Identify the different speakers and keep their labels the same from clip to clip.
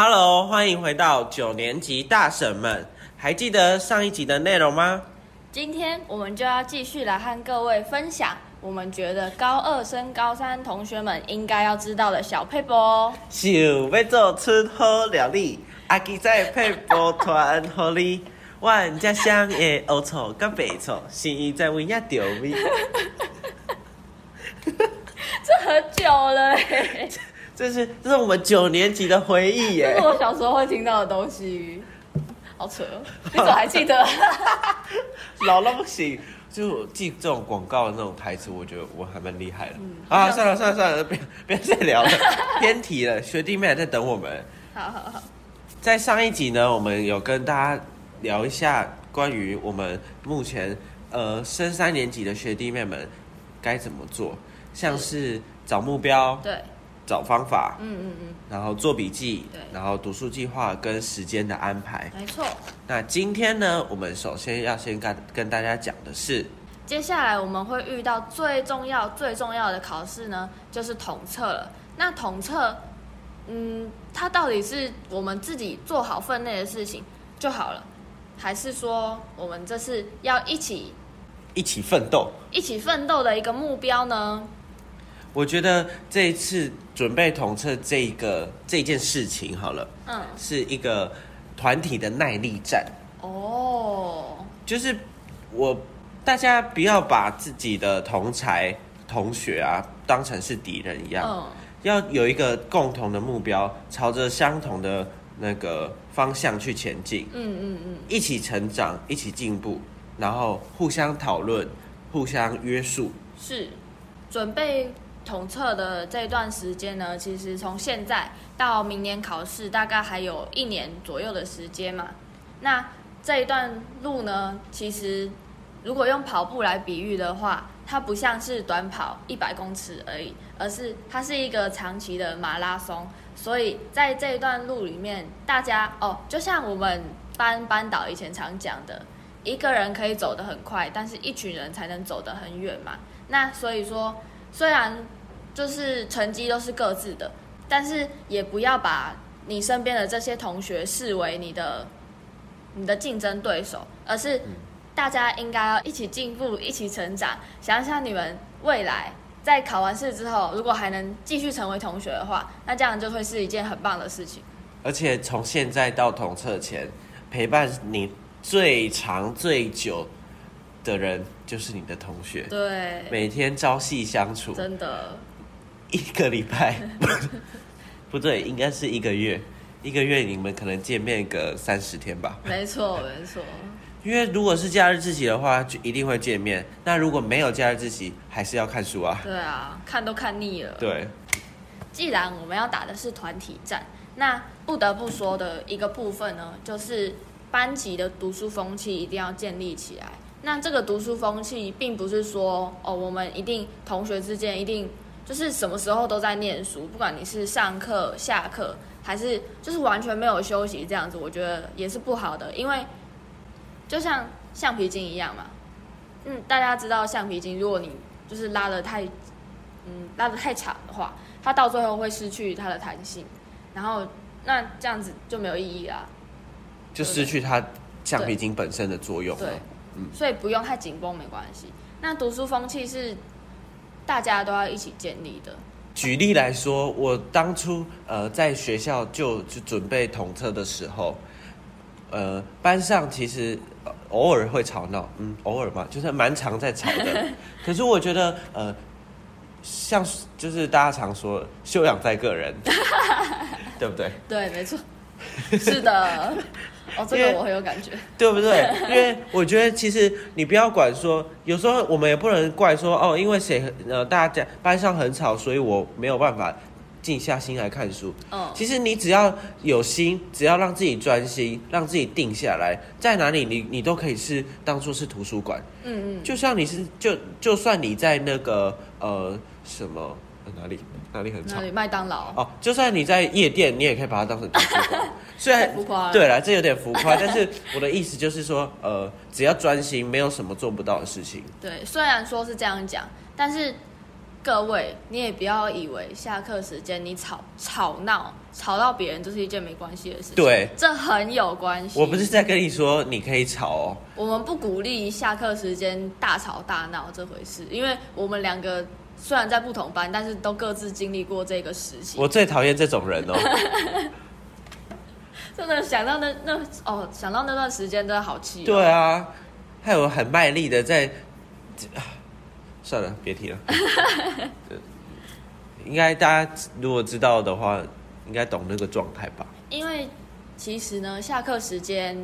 Speaker 1: Hello，欢迎回到九年级大婶们，还记得上一集的内容吗？
Speaker 2: 今天我们就要继续来和各位分享，我们觉得高二升高三同学们应该要知道的小配博哦。
Speaker 1: 想要做出好料理，阿基在配波团互你。阮家乡的乌醋甲白醋，心意在位也着味。
Speaker 2: 这很久了、欸，
Speaker 1: 这是这是我们九年级的回忆
Speaker 2: 这
Speaker 1: 耶
Speaker 2: 是。我小时候会听到的东西，好扯哦，你怎么还记得？
Speaker 1: 老到不行。就记这种广告的那种台词，我觉得我还蛮厉害的。啊，算了算了算了，不要不要再聊了，偏题了。学弟妹还在等我们。
Speaker 2: 好好好，
Speaker 1: 在上一集呢，我们有跟大家聊一下关于我们目前呃升三年级的学弟妹们该怎么做，像是找目标、
Speaker 2: 对，
Speaker 1: 找方法，
Speaker 2: 嗯嗯
Speaker 1: 然后做笔记
Speaker 2: 对，
Speaker 1: 然后读书计划跟时间的安排。
Speaker 2: 嗯，没错。
Speaker 1: 那今天呢，我们首先要先跟跟大家讲的是，
Speaker 2: 接下来我们会遇到最重要、最重要的考试呢，就是统测了。那统测，嗯，它到底是我们自己做好分内的事情就好了，还是说我们这是要一起
Speaker 1: 一起奋斗。
Speaker 2: 一起奋斗的一个目标呢？
Speaker 1: 我觉得这一次准备统测这一个这件事情，好了，
Speaker 2: 嗯，
Speaker 1: 是一个团体的耐力战。
Speaker 2: 哦，
Speaker 1: 就是我大家不要把自己的同才同学啊当成是敌人一样，
Speaker 2: 嗯，
Speaker 1: 要有一个共同的目标，朝着相同的那个方向去前进，
Speaker 2: 嗯嗯嗯，
Speaker 1: 一起成长，一起进步，然后互相讨论，互相约束。
Speaker 2: 是准备统测的这段时间呢，其实从现在到明年考试，大概还有一年左右的时间嘛。那这一段路呢，其实如果用跑步来比喻的话，它不像是短跑一百公尺而已，而是它是一个长期的马拉松。所以在这一段路里面，大家哦，就像我们班班导以前常讲的，一个人可以走得很快，但是一群人才能走得很远嘛。那所以说，虽然就是成绩都是各自的，但是也不要把你身边的这些同学视为你的你的竞争对手，而是大家应该要一起进步，一起成长。想想你们未来在考完试之后，如果还能继续成为同学的话，那这样就会是一件很棒的事情。
Speaker 1: 而且从现在到统测前，陪伴你最长最久的人就是你的同学，
Speaker 2: 对，
Speaker 1: 每天朝夕相处。
Speaker 2: 真的，
Speaker 1: 一个礼拜， 不对，应该是一个月。一个月你们可能见面个三十天吧，
Speaker 2: 没错，没错，
Speaker 1: 因为如果是假日自习的话，就一定会见面。那如果没有假日自习，还是要看书啊。
Speaker 2: 对啊，看都看腻了。
Speaker 1: 对，
Speaker 2: 既然我们要打的是团体战，那不得不说的一个部分呢，就是班级的读书风气一定要建立起来。那这个读书风气，并不是说哦，我们一定同学之间一定就是什么时候都在念书，不管你是上课、下课，还是就是完全没有休息这样子，我觉得也是不好的，因为就像橡皮筋一样嘛。嗯，大家知道橡皮筋，如果你就是拉的太，嗯，拉的太长的话，它到最后会失去它的弹性，然后那这样子就没有意义啦。
Speaker 1: 就失去它橡皮筋本身的作用啊
Speaker 2: 对
Speaker 1: 了。，
Speaker 2: 所以不用太紧绷没关系。那读书风气是大家都要一起建立的，
Speaker 1: 举例来说，我当初呃在学校就就准备统测的时候，呃班上其实呃偶尔会吵闹，嗯，偶尔嘛，就是蛮常在吵的。可是我觉得呃，像就是大家常说的修养在个人，对不对？
Speaker 2: 对，没错，是的。哦，这
Speaker 1: 因为
Speaker 2: 个我很有感觉，
Speaker 1: 对不对？因为我觉得其实你不要管说，有时候我们也不能怪说哦，因为谁呃大家班上很吵，所以我没有办法静下心来看书。
Speaker 2: 嗯，
Speaker 1: 其实你只要有心，只要让自己专心，让自己定下来，在哪里你你都可以是当做是图书馆。
Speaker 2: 嗯嗯，
Speaker 1: 就像你是就就算你在那个呃什么呃哪里哪里很吵
Speaker 2: 那里麦当劳，
Speaker 1: 哦，就算你在夜店，你也可以把它当成图书 馆。虽然
Speaker 2: 太浮夸了
Speaker 1: 对啦，这有点浮 夸，但是我的意思就是说，呃，只要专心，没有什么做不到的事情。
Speaker 2: 对，虽然说是这样讲，但是各位，你也不要以为下课时间你吵吵闹吵到别人就是一件没关系的事情，
Speaker 1: 对，
Speaker 2: 这很有关系。
Speaker 1: 我不是在跟你说你可以吵哦，
Speaker 2: 我们不鼓励下课时间大吵大闹这回事，因为我们两个虽然在不同班，但是都各自经历过这个时期。
Speaker 1: 我最讨厌这种人哦。
Speaker 2: 真的想到那那哦，想到那段时间真的好气、哦。
Speaker 1: 对啊，还有很卖力的在，啊算了，别 提了。应该大家如果知道的话，应该懂那个状态吧？
Speaker 2: 因为其实呢，下课时间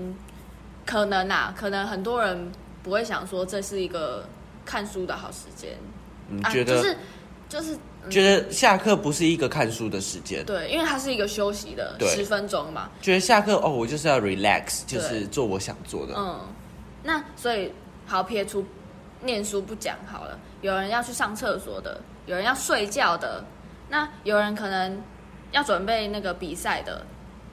Speaker 2: 可能啊，可能很多人不会想说这是一个看书的好时间，
Speaker 1: 你
Speaker 2: 啊，
Speaker 1: 嗯觉得、
Speaker 2: 就是就是、嗯
Speaker 1: 觉得下课不是一个看书的时间？
Speaker 2: 对，因为它是一个休息的
Speaker 1: 对
Speaker 2: 十分钟嘛，
Speaker 1: 觉得下课哦，我就是要 relax，就
Speaker 2: 对
Speaker 1: 是做我想做的。
Speaker 2: 嗯，那所以好撇除念书不讲好了，有人要去上厕所的，有人要睡觉的，那有人可能要准备那个比赛的，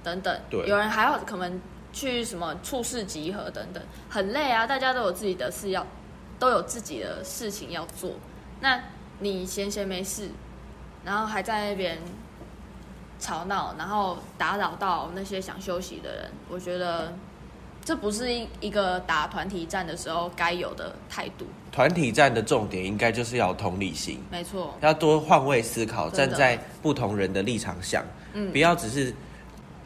Speaker 2: 等等，
Speaker 1: 对
Speaker 2: 有人还要可能去什么处事集合等等，很累啊，大家都有自己的事要，都有自己的事情要做，那你闲闲没事，然后还在那边。吵闹，然后打扰到那些想休息的人，我觉得这不是一一个打团体战的时候该有的态度，
Speaker 1: 团体战的重点应该就是要有同理心，
Speaker 2: 没错，
Speaker 1: 要多换位思考，
Speaker 2: 真的
Speaker 1: 站在不同人的立场想，
Speaker 2: 嗯
Speaker 1: 不要只是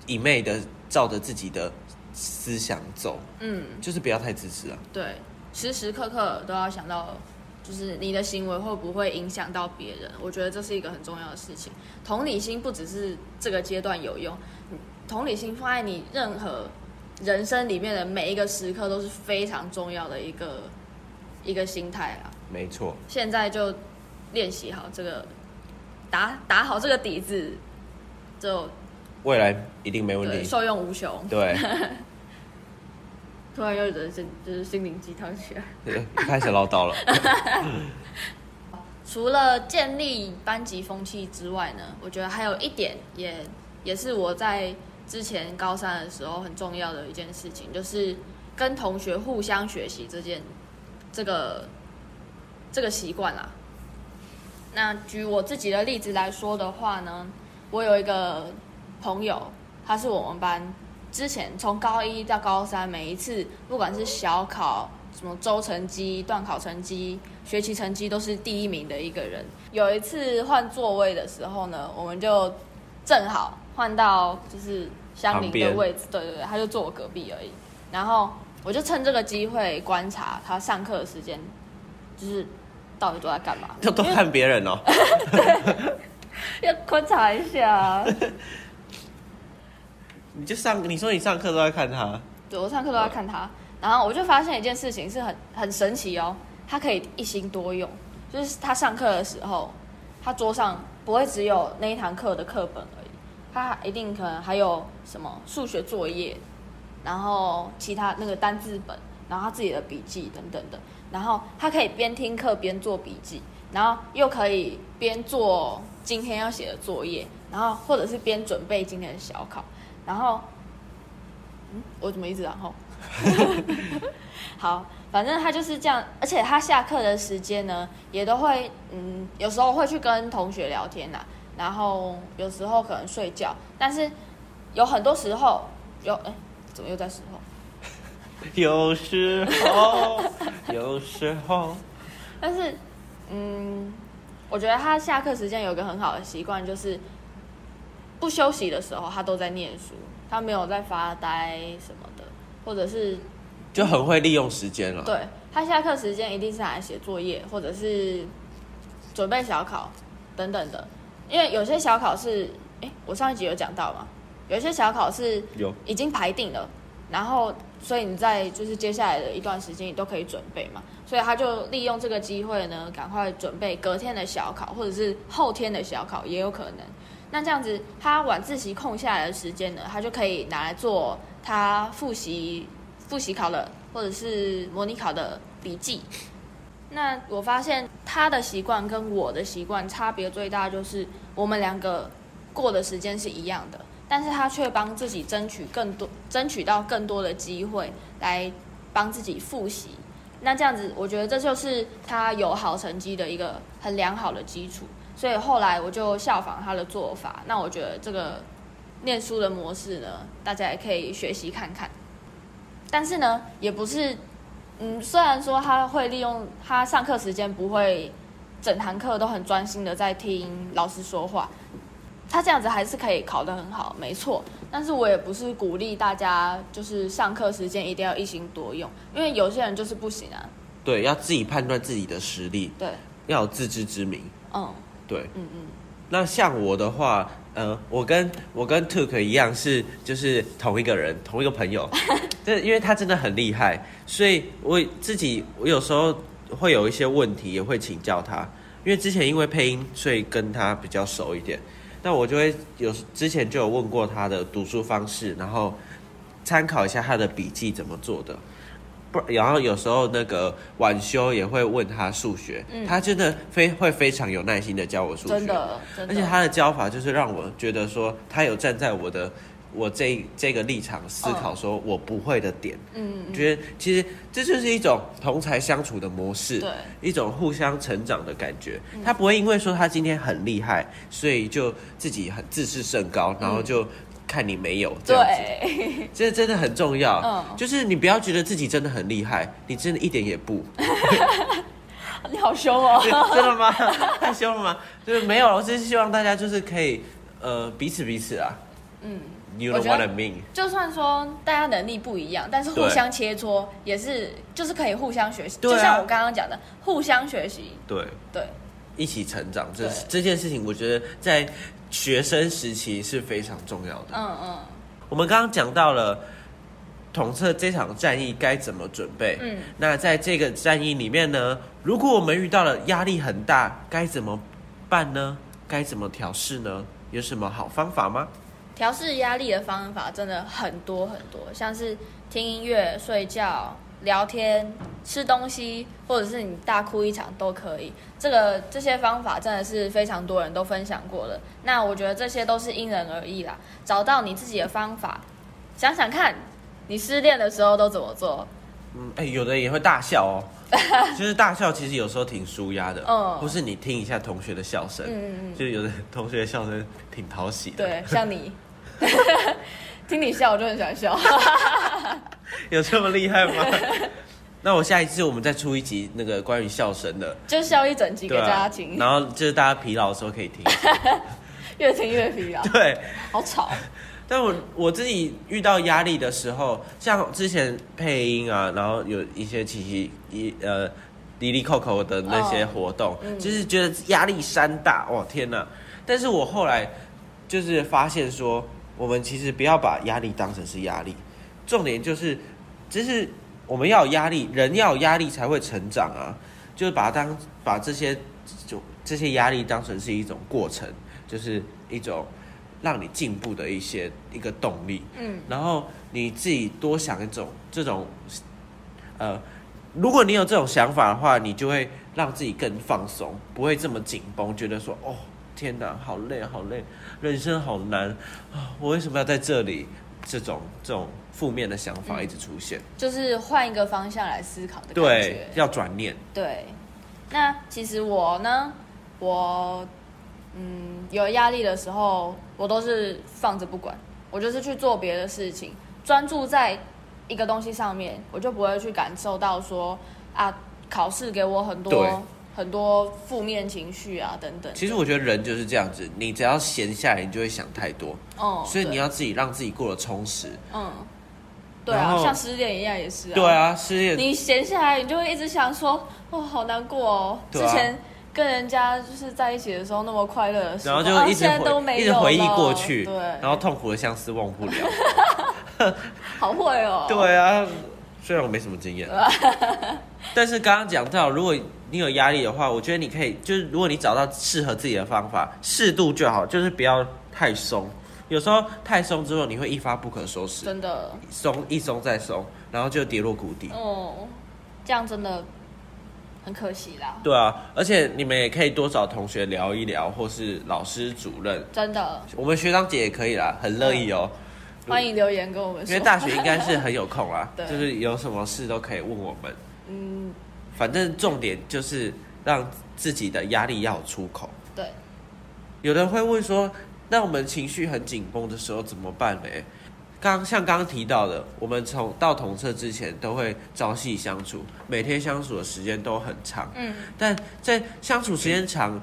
Speaker 1: 一昧的照着自己的思想走，
Speaker 2: 嗯，
Speaker 1: 就是不要太自私啊。
Speaker 2: 对，时时刻刻都要想到，就是你的行为会不会影响到别人，我觉得这是一个很重要的事情。同理心不只是这个阶段有用，嗯同理心放在你任何人生里面的每一个时刻都是非常重要的一个一个心态啊。
Speaker 1: 没错，
Speaker 2: 现在就练习好这个，打打好这个底子，就
Speaker 1: 未来一定没问
Speaker 2: 对
Speaker 1: 题。
Speaker 2: 受用无穷。
Speaker 1: 对，
Speaker 2: 突然又觉得心就是心灵鸡汤起来。
Speaker 1: 对 开始唠 叨了。
Speaker 2: 除了建立班级风气之外呢，我觉得还有一点也也是我在之前高三的时候很重要的一件事情，就是跟同学互相学习这件这个这个习惯啦。那举我自己的例子来说的话呢，我有一个朋友，他是我们班之前从高一到高三，每一次不管是小考、什么周成绩、段考成绩、学期成绩，都是第一名的一个人。有一次换座位的时候呢，我们就正好换到就是相
Speaker 1: 旁
Speaker 2: 邻的
Speaker 1: 边
Speaker 2: 位置，对对对，他就坐我隔壁而已。然后我就趁这个机会观察他上课的时间，就是到底都在干嘛，
Speaker 1: 就都看别人哦，
Speaker 2: 要观察一下啊。
Speaker 1: 你就上，你说你上课都在看他，
Speaker 2: 对我上课都在看他，然后我就发现一件事情是很很神奇哦，他可以一心多用，就是他上课的时候，他桌上不会只有那一堂课的课本而已，他一定可能还有什么数学作业，然后其他那个单字本，然后他自己的笔记等等的，然后他可以边听课边做笔记，然后又可以边做今天要写的作业，然后或者是边准备今天的小考，然后我怎么一直然后？ 好，反正他就是这样，而且他下课的时间呢，也都会，嗯，有时候会去跟同学聊天呐、然后有时候可能睡觉，但是有很多时候有，哎，怎么又在时候？
Speaker 1: 有时候，有时候，
Speaker 2: 但是，嗯，我觉得他下课时间有一个很好的习惯，就是不休息的时候他都在念书，他没有在发呆什么的，或者是
Speaker 1: 就很会利用时间了。
Speaker 2: 对他下课时间一定是拿来写作业，或者是准备小考等等的，因为有些小考是，哎，我上一集有讲到嘛，有些小考是
Speaker 1: 有
Speaker 2: 已经排定了，然后所以你在就是接下来的一段时间你都可以准备嘛，所以他就利用这个机会呢，赶快准备隔天的小考，或者是后天的小考也有可能。那这样子，他晚自习空下来的时间呢，他就可以拿来做他复习复习考的或者是模拟考的笔记。那我发现他的习惯跟我的习惯差别最大，就是我们两个过的时间是一样的，但是他却帮自己争取更多，争取到更多的机会来帮自己复习。那这样子，我觉得这就是他有好成绩的一个很良好的基础。所以后来我就效仿他的做法。那我觉得这个念书的模式呢，大家也可以学习看看。但是呢，也不是，嗯，虽然说他会利用他上课时间不会整堂课都很专心的在听老师说话，他这样子还是可以考得很好，没错。但是我也不是鼓励大家就是上课时间一定要一心多用，因为有些人就是不行啊。
Speaker 1: 对，要自己判断自己的实力，
Speaker 2: 对，
Speaker 1: 要有自知之明。
Speaker 2: 嗯
Speaker 1: 对，
Speaker 2: 嗯嗯，
Speaker 1: 那像我的话，呃，我跟我跟 Took 一样是就是同一个人，同一个朋 友，对，因为他真的很厉害，所以我自己我有时候会有一些问题也会请教他，因为之前因为配音，所以跟他比较熟一点。那我就会有之前就有问过他的读书方式，然后参考一下他的笔记怎么做的。不，然后有时候那个晚修也会问他数学，
Speaker 2: 嗯
Speaker 1: 他真的非会非常有耐心的教我数学，
Speaker 2: 真的真的。
Speaker 1: 而且他的教法就是让我觉得说，他有站在我的我这这个立场思考，说我不会的点。
Speaker 2: 嗯，嗯
Speaker 1: 觉得其实这就是一种同才相处的模式，
Speaker 2: 对，嗯
Speaker 1: 一种互相成长的感觉。他不会因为说他今天很厉害，所以就自己很自视甚高，然后就看你没有这样子。
Speaker 2: 嗯对，
Speaker 1: 这真的很重要。
Speaker 2: 嗯
Speaker 1: 就是你不要觉得自己真的很厉害，你真的一点也不。
Speaker 2: 你好凶哦。
Speaker 1: 真的吗？太凶了吗？就是没有了，我只是希望大家就是可以呃彼此彼此啊。
Speaker 2: 嗯，
Speaker 1: You
Speaker 2: 我
Speaker 1: know
Speaker 2: 觉得
Speaker 1: what I mean？
Speaker 2: 就算说大家能力不一样，但是互
Speaker 1: 对
Speaker 2: 相切磋也是，就是可以互相学习。
Speaker 1: 对啊
Speaker 2: 就像我刚刚讲的，互相学习。
Speaker 1: 对，
Speaker 2: 对，
Speaker 1: 一起成长，这
Speaker 2: 对
Speaker 1: 这件事情，我觉得在学生时期是非常重要的。
Speaker 2: 嗯嗯
Speaker 1: 我们刚刚讲到了统测这场战役该怎么准备。
Speaker 2: 嗯，
Speaker 1: 那在这个战役里面呢，如果我们遇到了压力很大，该怎么办呢？该怎么调试呢？有什么好方法吗？
Speaker 2: 调试压力的方法真的很多很多，像是听音乐、睡觉、聊天、吃东西，或者是你大哭一场都可以。这个这些方法真的是非常多人都分享过的。那我觉得这些都是因人而异啦，找到你自己的方法，想想看，你失恋的时候都怎么做？
Speaker 1: 嗯，哎、有的也会大笑哦， 就是大笑其实有时候挺舒压的，
Speaker 2: 嗯
Speaker 1: 或是你听一下同学的笑声，
Speaker 2: 嗯嗯嗯，
Speaker 1: 就有的同学的笑声挺讨喜的，
Speaker 2: 对，像你， 听你笑我就很 想笑。
Speaker 1: 有这么厉害吗？ 那我下一次我们再出一集那个关于笑声的，
Speaker 2: 就笑一整集给
Speaker 1: 对
Speaker 2: 大
Speaker 1: 啊
Speaker 2: 家听，
Speaker 1: 然后就是大家疲劳的时候可以 听。
Speaker 2: 越听越疲劳，
Speaker 1: 对，
Speaker 2: 好 吵。
Speaker 1: 但我我自己遇到压力的时候，像之前配音啊，然后有一些奇奇一呃滴滴扣扣的那些活动，
Speaker 2: 嗯
Speaker 1: 就是觉得压力山大，哇天哪！但是我后来就是发现说，我们其实不要把压力当成是压力，重点就是，就是我们要有压力，人要有压力才会成长啊，就是把它当把这些就这些压力当成是一种过程，就是一种让你进步的一些一个动力，
Speaker 2: 嗯，
Speaker 1: 然后你自己多想一种这种，呃，如果你有这种想法的话，你就会让自己更放松，不会这么紧绷，觉得说哦天哪，好累好累，人生好难啊，我为什么要在这里？这种这种负面的想法一直出现，
Speaker 2: 就是换一个方向来思考嗯的感
Speaker 1: 对
Speaker 2: 觉，。
Speaker 1: 要转念，
Speaker 2: 对，那其实我呢，我嗯有压力的时候，我都是放着不管，我就是去做别的事情，专注在一个东西上面，我就不会去感受到说啊，考试给我很
Speaker 1: 对
Speaker 2: 多很多负面情绪啊等等。
Speaker 1: 其实我觉得人就是这样子，你只要闲下来，你就会想太多，
Speaker 2: 嗯，
Speaker 1: 所以你
Speaker 2: 对
Speaker 1: 要自己让自己过得充实。
Speaker 2: 嗯，对
Speaker 1: 然
Speaker 2: 啊，
Speaker 1: 后
Speaker 2: 像失恋一样也是啊。
Speaker 1: 对啊，失恋
Speaker 2: 你闲下来，你就会一直想说，哦，好难过哦。
Speaker 1: 对啊
Speaker 2: 之前跟人家就是在一起的时候那么快乐的时
Speaker 1: 然
Speaker 2: 候，
Speaker 1: 后就
Speaker 2: 啊
Speaker 1: 一直
Speaker 2: 现在
Speaker 1: 回、
Speaker 2: 都没
Speaker 1: 一
Speaker 2: 有
Speaker 1: 直
Speaker 2: 了
Speaker 1: 回忆过去，
Speaker 2: 对，
Speaker 1: 然后痛苦的相思忘不 了。
Speaker 2: 好会哦。，
Speaker 1: 对啊，虽然我没什么经 验，但是刚刚讲到，如果你有压力的话，我觉得你可以就是，如果你找到适合自己的方法，适度就好，就是不要太松。有时候太松之后，你会一发不可收拾，
Speaker 2: 真的，
Speaker 1: 松一松再松，然后就跌落谷底。
Speaker 2: 哦，这样真的很可惜啦，
Speaker 1: 对啊，而且你们也可以多找同学聊一聊，或是老师、主任，
Speaker 2: 真的。
Speaker 1: 我们学长姐也可以啦，很乐意哦、
Speaker 2: 欢迎留言跟我们
Speaker 1: 因
Speaker 2: 说
Speaker 1: 为。大学应该是很有空啦
Speaker 2: ，对
Speaker 1: 就是有什么事都可以问我们。
Speaker 2: 嗯，
Speaker 1: 反正重点就是让自己的压力要有出口。
Speaker 2: 对，
Speaker 1: 有人会问说，那我们情绪很紧绷的时候怎么办呢？刚像刚刚提到的，我们从到统测之前都会朝夕相处，每天相处的时间都很长，
Speaker 2: 嗯，
Speaker 1: 但在相处时间长，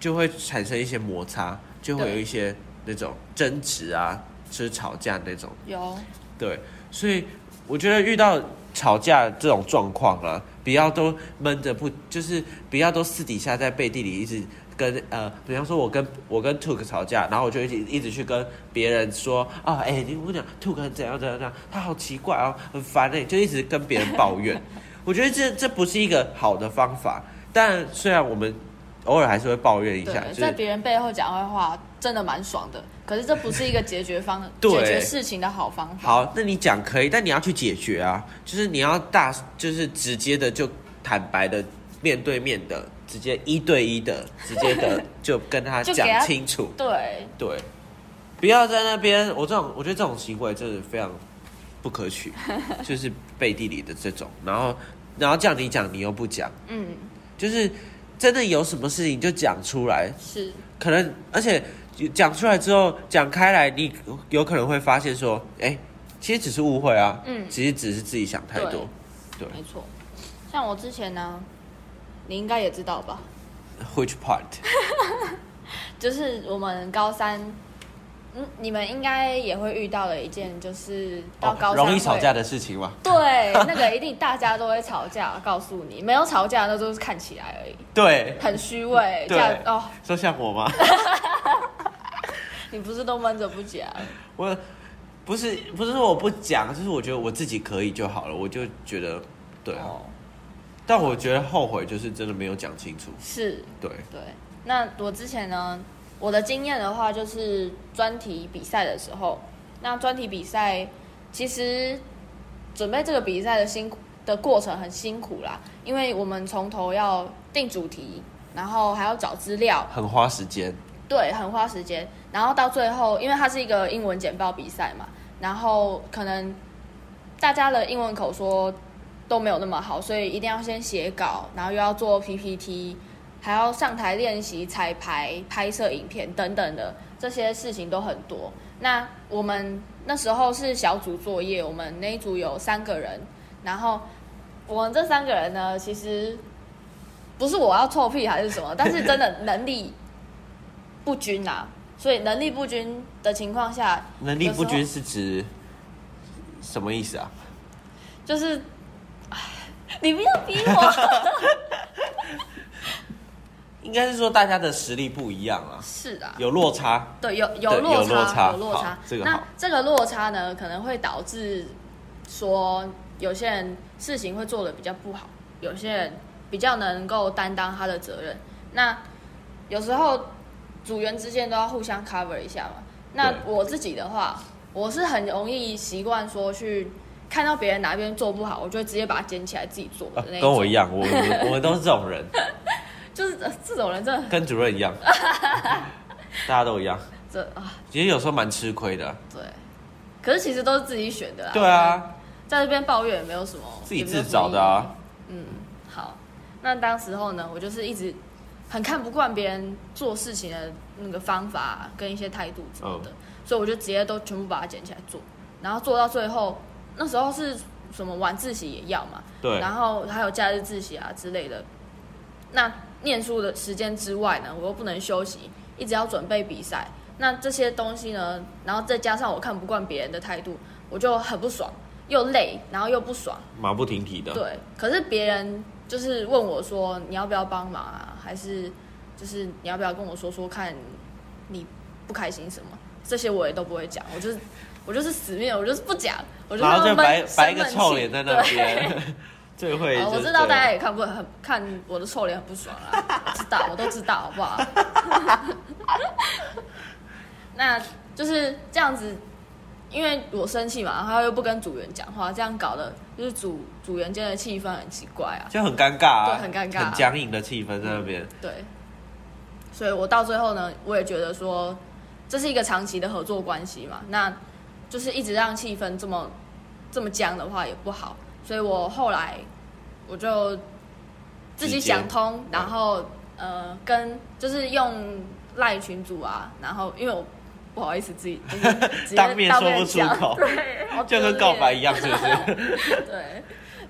Speaker 1: 就会产生一些摩擦，就会有
Speaker 2: 对
Speaker 1: 一些那种争执啊，就是吵架那种。
Speaker 2: 有，
Speaker 1: 对，所以我觉得遇到吵架这种状况啊，不要都闷着不，就是不要都私底下在背地里一直跟呃，比方说我跟我跟 Took 吵架，然后我就一直一直去跟别人说啊，哎、你我跟你讲 Took 很怎样怎样怎样，他好奇怪哦，很烦哎、就一直跟别人抱 怨。我觉得这这不是一个好的方法，但虽然我们偶尔还是会抱怨一下，
Speaker 2: 对，
Speaker 1: 就
Speaker 2: 在
Speaker 1: 是
Speaker 2: 别人背后讲坏话真的蛮爽的，可是这不是一个解决方
Speaker 1: 对
Speaker 2: 解决事情的好方法。
Speaker 1: 好，那你讲可以，但你要去解决啊，就是你要大，就是直接的就坦白的面对面的，直接一对一的， 直接的就跟他
Speaker 2: 就给
Speaker 1: 讲
Speaker 2: 他
Speaker 1: 清楚，
Speaker 2: 对，
Speaker 1: 对，不要在那边，我这种我觉得这种行为真的非常不可 取，就是背地里的这种，然后然后叫你讲你又不讲，
Speaker 2: 嗯，
Speaker 1: 就是真的有什么事情就讲出来，
Speaker 2: 是，
Speaker 1: 可能而且讲出来之后讲开来，你有可能会发现说，哎、其实只是误会啊，
Speaker 2: 嗯
Speaker 1: 其实只是自己想太多，对
Speaker 2: 没错。像我之前呢，你应该也知道吧，
Speaker 1: ，which part？
Speaker 2: 就是我们高三，嗯，你们应该也会遇到的一件，就是到高三、
Speaker 1: 哦容易吵架。的事情嘛，
Speaker 2: 对，那个一定大家都会吵架，告诉你，没有吵架那都是看起来而已，
Speaker 1: 对，
Speaker 2: 很虚伪。
Speaker 1: 对
Speaker 2: 这样哦，
Speaker 1: 说像我吗？
Speaker 2: 你不是都闷着不讲？
Speaker 1: 我不是不是说我不讲，就是我觉得我自己可以就好了，我就觉得对啊，
Speaker 2: 哦，
Speaker 1: 但我觉得后悔就是真的没有讲清楚，
Speaker 2: 是，
Speaker 1: 对，
Speaker 2: 对。那我之前呢，我的经验的话，就是专题比赛的时候，那专题比赛其实准备这个比赛的辛苦的过程很辛苦啦，因为我们从头要定主题，然后还要找资料，
Speaker 1: 很花时间，
Speaker 2: 对，很花时间。然后到最后，因为它是一个英文简报比赛嘛，然后可能大家的英文口说都没有那么好，所以一定要先写稿，然后又要做 PPT，还要上台练习彩排、拍摄影片等等的这些事情都很多。那我们那时候是小组作业，我们那一组有三个人，然后我们这三个人呢，其实不是我要臭屁还是什么，但是真的能力不均啊，所以能力不均的情况下，
Speaker 1: 能力不
Speaker 2: 有时候
Speaker 1: 均是指什么意思啊？
Speaker 2: 就是，唉你不要逼我。
Speaker 1: 应该是说大家的实力不一样啊，
Speaker 2: 是啊，
Speaker 1: 有落差。
Speaker 2: 对，有有
Speaker 1: 对
Speaker 2: 落
Speaker 1: 有落差
Speaker 2: 差，有落
Speaker 1: 好
Speaker 2: 差。
Speaker 1: 这个
Speaker 2: 那
Speaker 1: 好
Speaker 2: 这个落差呢，可能会导致说有些人事情会做的比较不好，有些人比较能够担当他的责任。那有时候组员之间都要互相 cover 一下嘛。那
Speaker 1: 对
Speaker 2: 我自己的话，我是很容易习惯说去看到别人哪边做不好，我就会直接把它捡起来自己做的
Speaker 1: 啊
Speaker 2: 那、
Speaker 1: 跟我一，样，我我 我们都是这种人，
Speaker 2: 就是呃这种人真的很
Speaker 1: 跟主任一 样，大家都一样。
Speaker 2: 这啊，
Speaker 1: 其实有时候蛮吃亏的，
Speaker 2: 对。可是其实都是自己选的啦。
Speaker 1: 对啊，
Speaker 2: 在这边抱怨也没有什么，
Speaker 1: 自己自找的啊。
Speaker 2: 也没有什么意义。嗯，好，那当时候呢，我就是一直很看不惯别人做事情的那个方法跟一些态度什
Speaker 1: 嗯
Speaker 2: 么的，所以我就直接都全部把它捡起来做，然后做到最后，那时候是什么晚自习也要嘛，
Speaker 1: 对，
Speaker 2: 然后还有假日自习啊之类的。那念书的时间之外呢，我又不能休息，一直要准备比赛。那这些东西呢，然后再加上我看不惯别人的态度，我就很不爽，又累，然后又不爽。
Speaker 1: 马不停蹄的。
Speaker 2: 对，可是别人就是问我说你要不要帮忙啊，还是就是你要不要跟我说说看你不开心什么？这些我也都不会讲，我就是我就是死命，我就是不讲，我就
Speaker 1: 然后就
Speaker 2: 闷
Speaker 1: 摆
Speaker 2: 生
Speaker 1: 摆一个
Speaker 2: 闷
Speaker 1: 臭
Speaker 2: 气
Speaker 1: 脸在那
Speaker 2: 对
Speaker 1: 边， 最会
Speaker 2: 好
Speaker 1: 就是
Speaker 2: 哦我知道大家也看不很看我的臭脸很不爽啦，知 道我都知道，好不好？ 那就是这样子，因为我生气嘛，然后又不跟组员讲话，这样搞的就是组组员间的气氛很奇怪啊。
Speaker 1: 就很尴尬啊，
Speaker 2: 对很尴尬
Speaker 1: 很僵硬的气氛在那边。
Speaker 2: 对，所以我到最后呢，我也觉得说这是一个长期的合作关系嘛，那就是一直让气氛这么这么僵的话也不好，所以我后来我就自己
Speaker 1: 直接
Speaker 2: 想通，然后呃，跟就是用赖群组啊，然后因为我不好意思自己就是直 接
Speaker 1: 当面
Speaker 2: 当
Speaker 1: 说不
Speaker 2: 面
Speaker 1: 出
Speaker 2: 讲
Speaker 1: 口
Speaker 2: 对，好
Speaker 1: 就
Speaker 2: 丢
Speaker 1: 跟告白
Speaker 2: 脸
Speaker 1: 一样，是不 是？
Speaker 2: 对，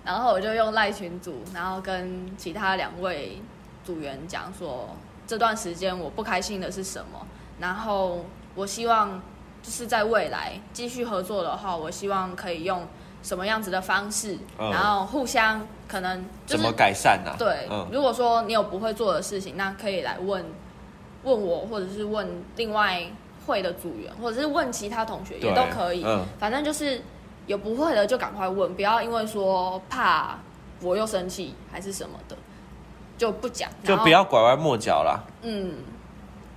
Speaker 2: 然后我就用赖群组，然后跟其他两位组员讲说，这段时间我不开心的是什么，然后我希望就是在未来继续合作的话，我希望可以用什么样子的方式，
Speaker 1: 嗯
Speaker 2: 然后互相可能就
Speaker 1: 怎
Speaker 2: 是
Speaker 1: 么改善呢、啊？
Speaker 2: 对，
Speaker 1: 嗯，
Speaker 2: 如果说你有不会做的事情，那可以来问问我，或者是问另外会的组员，或者是问其他同学也
Speaker 1: 对
Speaker 2: 都可以。
Speaker 1: 嗯
Speaker 2: 反正就是有不会的就赶快问，不要因为说怕我又生气还是什么的，就不讲，
Speaker 1: 就
Speaker 2: 然后
Speaker 1: 不要拐弯抹角啦。
Speaker 2: 嗯，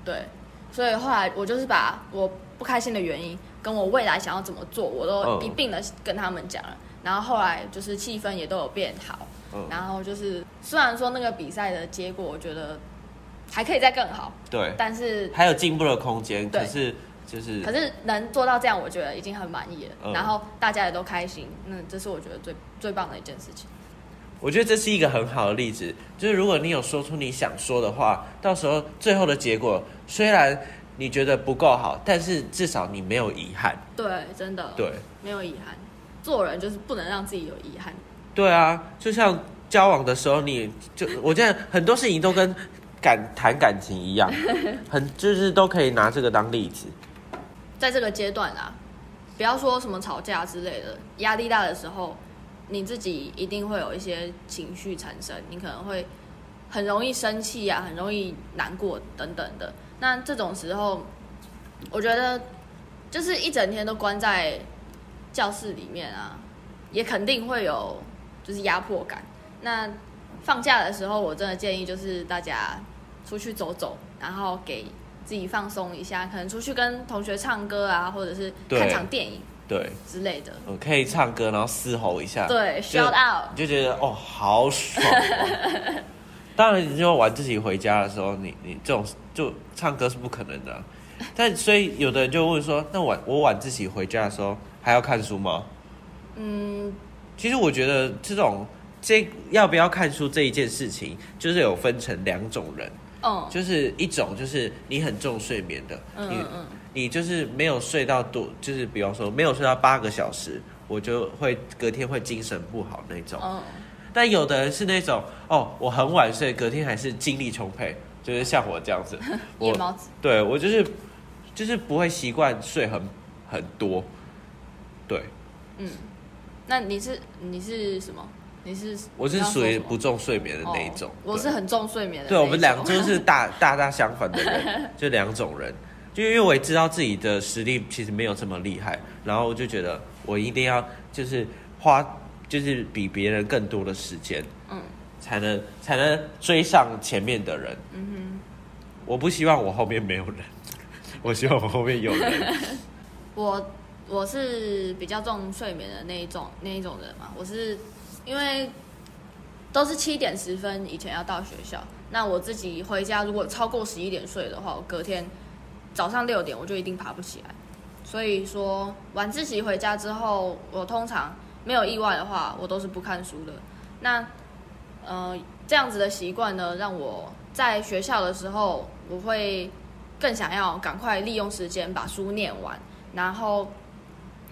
Speaker 2: 对。所以后来我就是把我不开心的原因跟我未来想要怎么做，我都
Speaker 1: 嗯
Speaker 2: 一并的跟他们讲了。然后后来就是气氛也都有变好，
Speaker 1: 嗯，
Speaker 2: 然后就是，虽然说那个比赛的结果，我觉得还可以再更好，
Speaker 1: 对，
Speaker 2: 但是
Speaker 1: 还有进步的空间，
Speaker 2: 对
Speaker 1: 可是就是
Speaker 2: 可是能做到这样，我觉得已经很满意了。
Speaker 1: 嗯
Speaker 2: 然后大家也都开心，嗯，这是我觉得最最棒的一件事情。
Speaker 1: 我觉得这是一个很好的例子，就是如果你有说出你想说的话，到时候最后的结果虽然你觉得不够好，但是至少你没有遗憾。
Speaker 2: 对，真的，，
Speaker 1: 对，
Speaker 2: 没有遗憾。做人就是不能让自己有遗憾。
Speaker 1: 对啊，就像交往的时候，你就我觉得很多事情都跟感谈感情一样，很就是都可以拿这个当例子。
Speaker 2: 在这个阶段啊，不要说什么吵架之类的，压力大的时候，你自己一定会有一些情绪产生，你可能会很容易生气啊，很容易难过等等的。那这种时候，我觉得就是一整天都关在教室里面啊，也肯定会有就是压迫感。那放假的时候，我真的建议就是大家出去走走，然后给自己放松一下，可能出去跟同学唱歌啊，或者是
Speaker 1: 对
Speaker 2: 看场电影
Speaker 1: 对，
Speaker 2: 之类的。
Speaker 1: 我哦可以唱歌，然后嘶吼一下，
Speaker 2: 对
Speaker 1: 就
Speaker 2: ，shout out，
Speaker 1: 你就觉得哦，好爽、啊。当然，你就玩自己回家的时候，你你这种就唱歌是不可能的啊、但所以有的人就问说，那晚我晚自习回家的时候还要看书吗？
Speaker 2: 嗯，
Speaker 1: 其实我觉得这种这要不要看书这一件事情，就是有分成两种人，
Speaker 2: 哦，
Speaker 1: 就是一种就是你很重睡眠的，
Speaker 2: 嗯
Speaker 1: 你
Speaker 2: 嗯嗯，
Speaker 1: 你就是没有睡到多，就是比方说没有睡到八个小时，我就会隔天会精神不好那种。
Speaker 2: 嗯，。
Speaker 1: 但有的人是那种哦，我很晚睡，隔天还是精力充沛，就是像我这样子 我
Speaker 2: 夜猫子，
Speaker 1: 对我就是就是不会习惯睡很很多，对
Speaker 2: 嗯，那你是你是什么？你是
Speaker 1: 我
Speaker 2: 你
Speaker 1: 是
Speaker 2: 要说
Speaker 1: 属于
Speaker 2: 什么
Speaker 1: 不重睡眠的那一种
Speaker 2: 哦。我
Speaker 1: 对
Speaker 2: 是很重睡眠的那
Speaker 1: 对
Speaker 2: 一种。
Speaker 1: 我们两就是大大大相反的人，就两种人。就因为我也知道自己的实力其实没有这么厉害，然后我就觉得我一定要就是花就是比别人更多的时间，
Speaker 2: 嗯
Speaker 1: 才能才能追上前面的人。
Speaker 2: 嗯
Speaker 1: 我不希望我后面没有人， 我希望我后面有 人。
Speaker 2: 哼，我我是比较重睡眠的那一种那一种人嘛，我是因为都是七点十分以前要到学校，那我自己回家如果超过十一点睡的话，我隔天早上六点我就一定爬不起来。所以说晚自习回家之后，我通常没有意外的话，我都是不看书的。那呃这样子的习惯呢，让我在学校的时候，我会更想要赶快利用时间把书念完，然后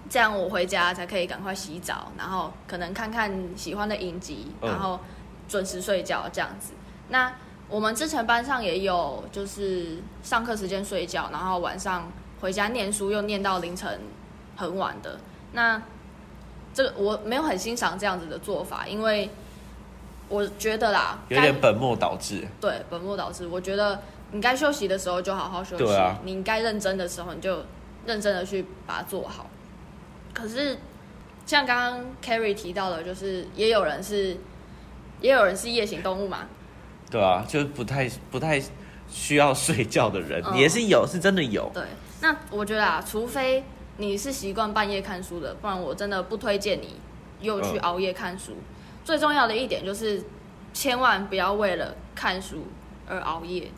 Speaker 2: 这样我回家才可以赶快洗澡，然后可能看看喜欢的影集，
Speaker 1: 嗯
Speaker 2: 然后准时睡觉这样子。那我们之前班上也有，就是上课时间睡觉，然后晚上回家念书，又念到凌晨很晚的。那这个我没有很欣赏这样子的做法，因为我觉得啦，
Speaker 1: 有点本末倒置。
Speaker 2: 该对本末倒置。我觉得你该休息的时候就好好休息，
Speaker 1: 对啊
Speaker 2: 你该认真的时候你就认真的去把它做好。可是像刚刚 Carrie 提到的，就是也有人是也有人是夜行动物嘛，
Speaker 1: 对啊，就是不太不太需要睡觉的人、
Speaker 2: 嗯
Speaker 1: 也是有，是真的有。
Speaker 2: 对，那我觉得啊，除非你是习惯半夜看书的，不然我真的不推荐你又去
Speaker 1: 嗯
Speaker 2: 熬夜看书。最重要的一点就是，千万不要为了看书而熬夜。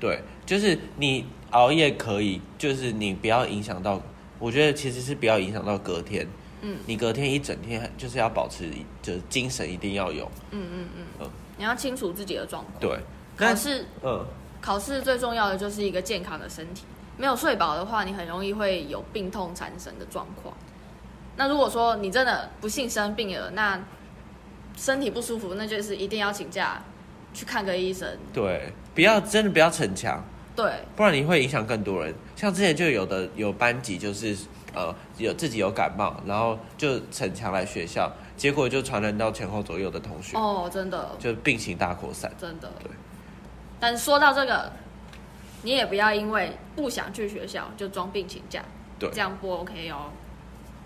Speaker 1: 对，就是你熬夜可以，就是你不要影响到，我觉得其实是不要影响到隔天。
Speaker 2: 嗯，
Speaker 1: 你隔天一整天就是要保持，就是精神一定要有。
Speaker 2: 嗯嗯嗯
Speaker 1: 嗯，
Speaker 2: 你要清楚自己的状况。
Speaker 1: 对，
Speaker 2: 考
Speaker 1: 那
Speaker 2: 试
Speaker 1: 嗯，
Speaker 2: 考试最重要的就是一个健康的身体，没有睡饱的话，你很容易会有病痛缠身的状况。那如果说你真的不幸生病了，那身体不舒服，那就是一定要请假去看个医生。
Speaker 1: 对，不要真的不要逞强，
Speaker 2: 对，
Speaker 1: 不然你会影响更多人。像之前就有的有班级就是呃有自己有感冒，然后就逞强来学校，结果就传染到前后左右的同学，
Speaker 2: 哦，真的，
Speaker 1: 就病情大扩散。
Speaker 2: 真的。
Speaker 1: 对。
Speaker 2: 但说到这个，你也不要因为不想去学校就装病请假，
Speaker 1: 对
Speaker 2: 这样不 OK 哦。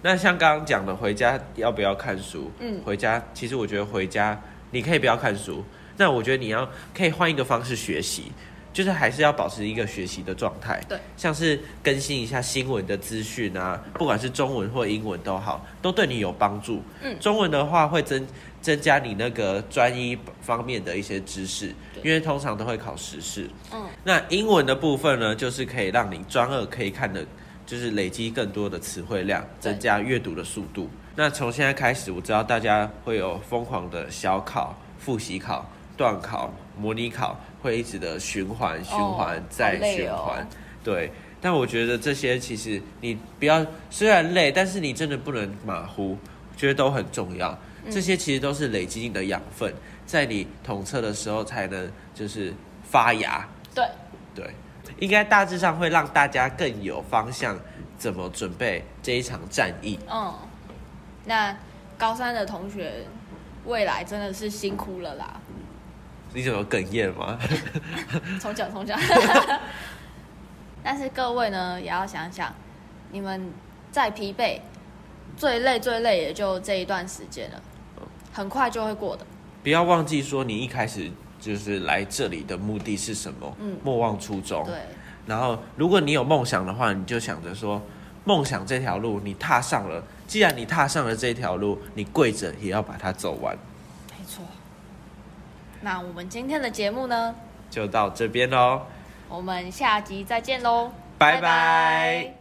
Speaker 1: 那像刚刚讲的，回家要不要看书？
Speaker 2: 嗯
Speaker 1: 回家其实我觉得回家你可以不要看书，那我觉得你要可以换一个方式学习，就是还是要保持一个学习的状态。
Speaker 2: 对，
Speaker 1: 像是更新一下新闻的资讯啊，不管是中文或英文都好，都对你有帮助。
Speaker 2: 嗯
Speaker 1: 中文的话会增增加你那个专一方面的一些知识，
Speaker 2: 对
Speaker 1: 因为通常都会考时事。
Speaker 2: 嗯，
Speaker 1: 那英文的部分呢，就是可以让你专二可以看的，就是累积更多的词汇量，
Speaker 2: 对
Speaker 1: 增加阅读的速度。那从现在开始，我知道大家会有疯狂的小考、复习考、段考、模拟考，会一直的循环、循环、
Speaker 2: 好
Speaker 1: 再
Speaker 2: 累
Speaker 1: 循环。
Speaker 2: 哦
Speaker 1: 对，但我觉得这些其实你不要，虽然累，但是你真的不能马虎，我觉得都很重要。
Speaker 2: 嗯
Speaker 1: 这些其实都是累积你的养分，在你统测的时候才能就是发芽。
Speaker 2: 对，
Speaker 1: 对，应该大致上会让大家更有方向，怎么准备这一场战役。
Speaker 2: 嗯，那高三的同学未来真的是辛苦了 啦。
Speaker 1: 你怎么哽咽吗？
Speaker 2: 重讲重讲。 但是各位呢，也要想想，你们再疲惫，最累最累也就这一段时间了，
Speaker 1: 哦
Speaker 2: 很快就会过的。
Speaker 1: 不要忘记说你一开始就是来这里的目的是什么，
Speaker 2: 嗯
Speaker 1: 莫忘初衷。
Speaker 2: 对，
Speaker 1: 然后，如果你有梦想的话，你就想着说，梦想这条路你踏上了，既然你踏上了这条路，你跪着也要把它走完。
Speaker 2: 没错。那我们今天的节目呢，
Speaker 1: 就到这边喽，
Speaker 2: 我们下集再见喽，
Speaker 1: 拜拜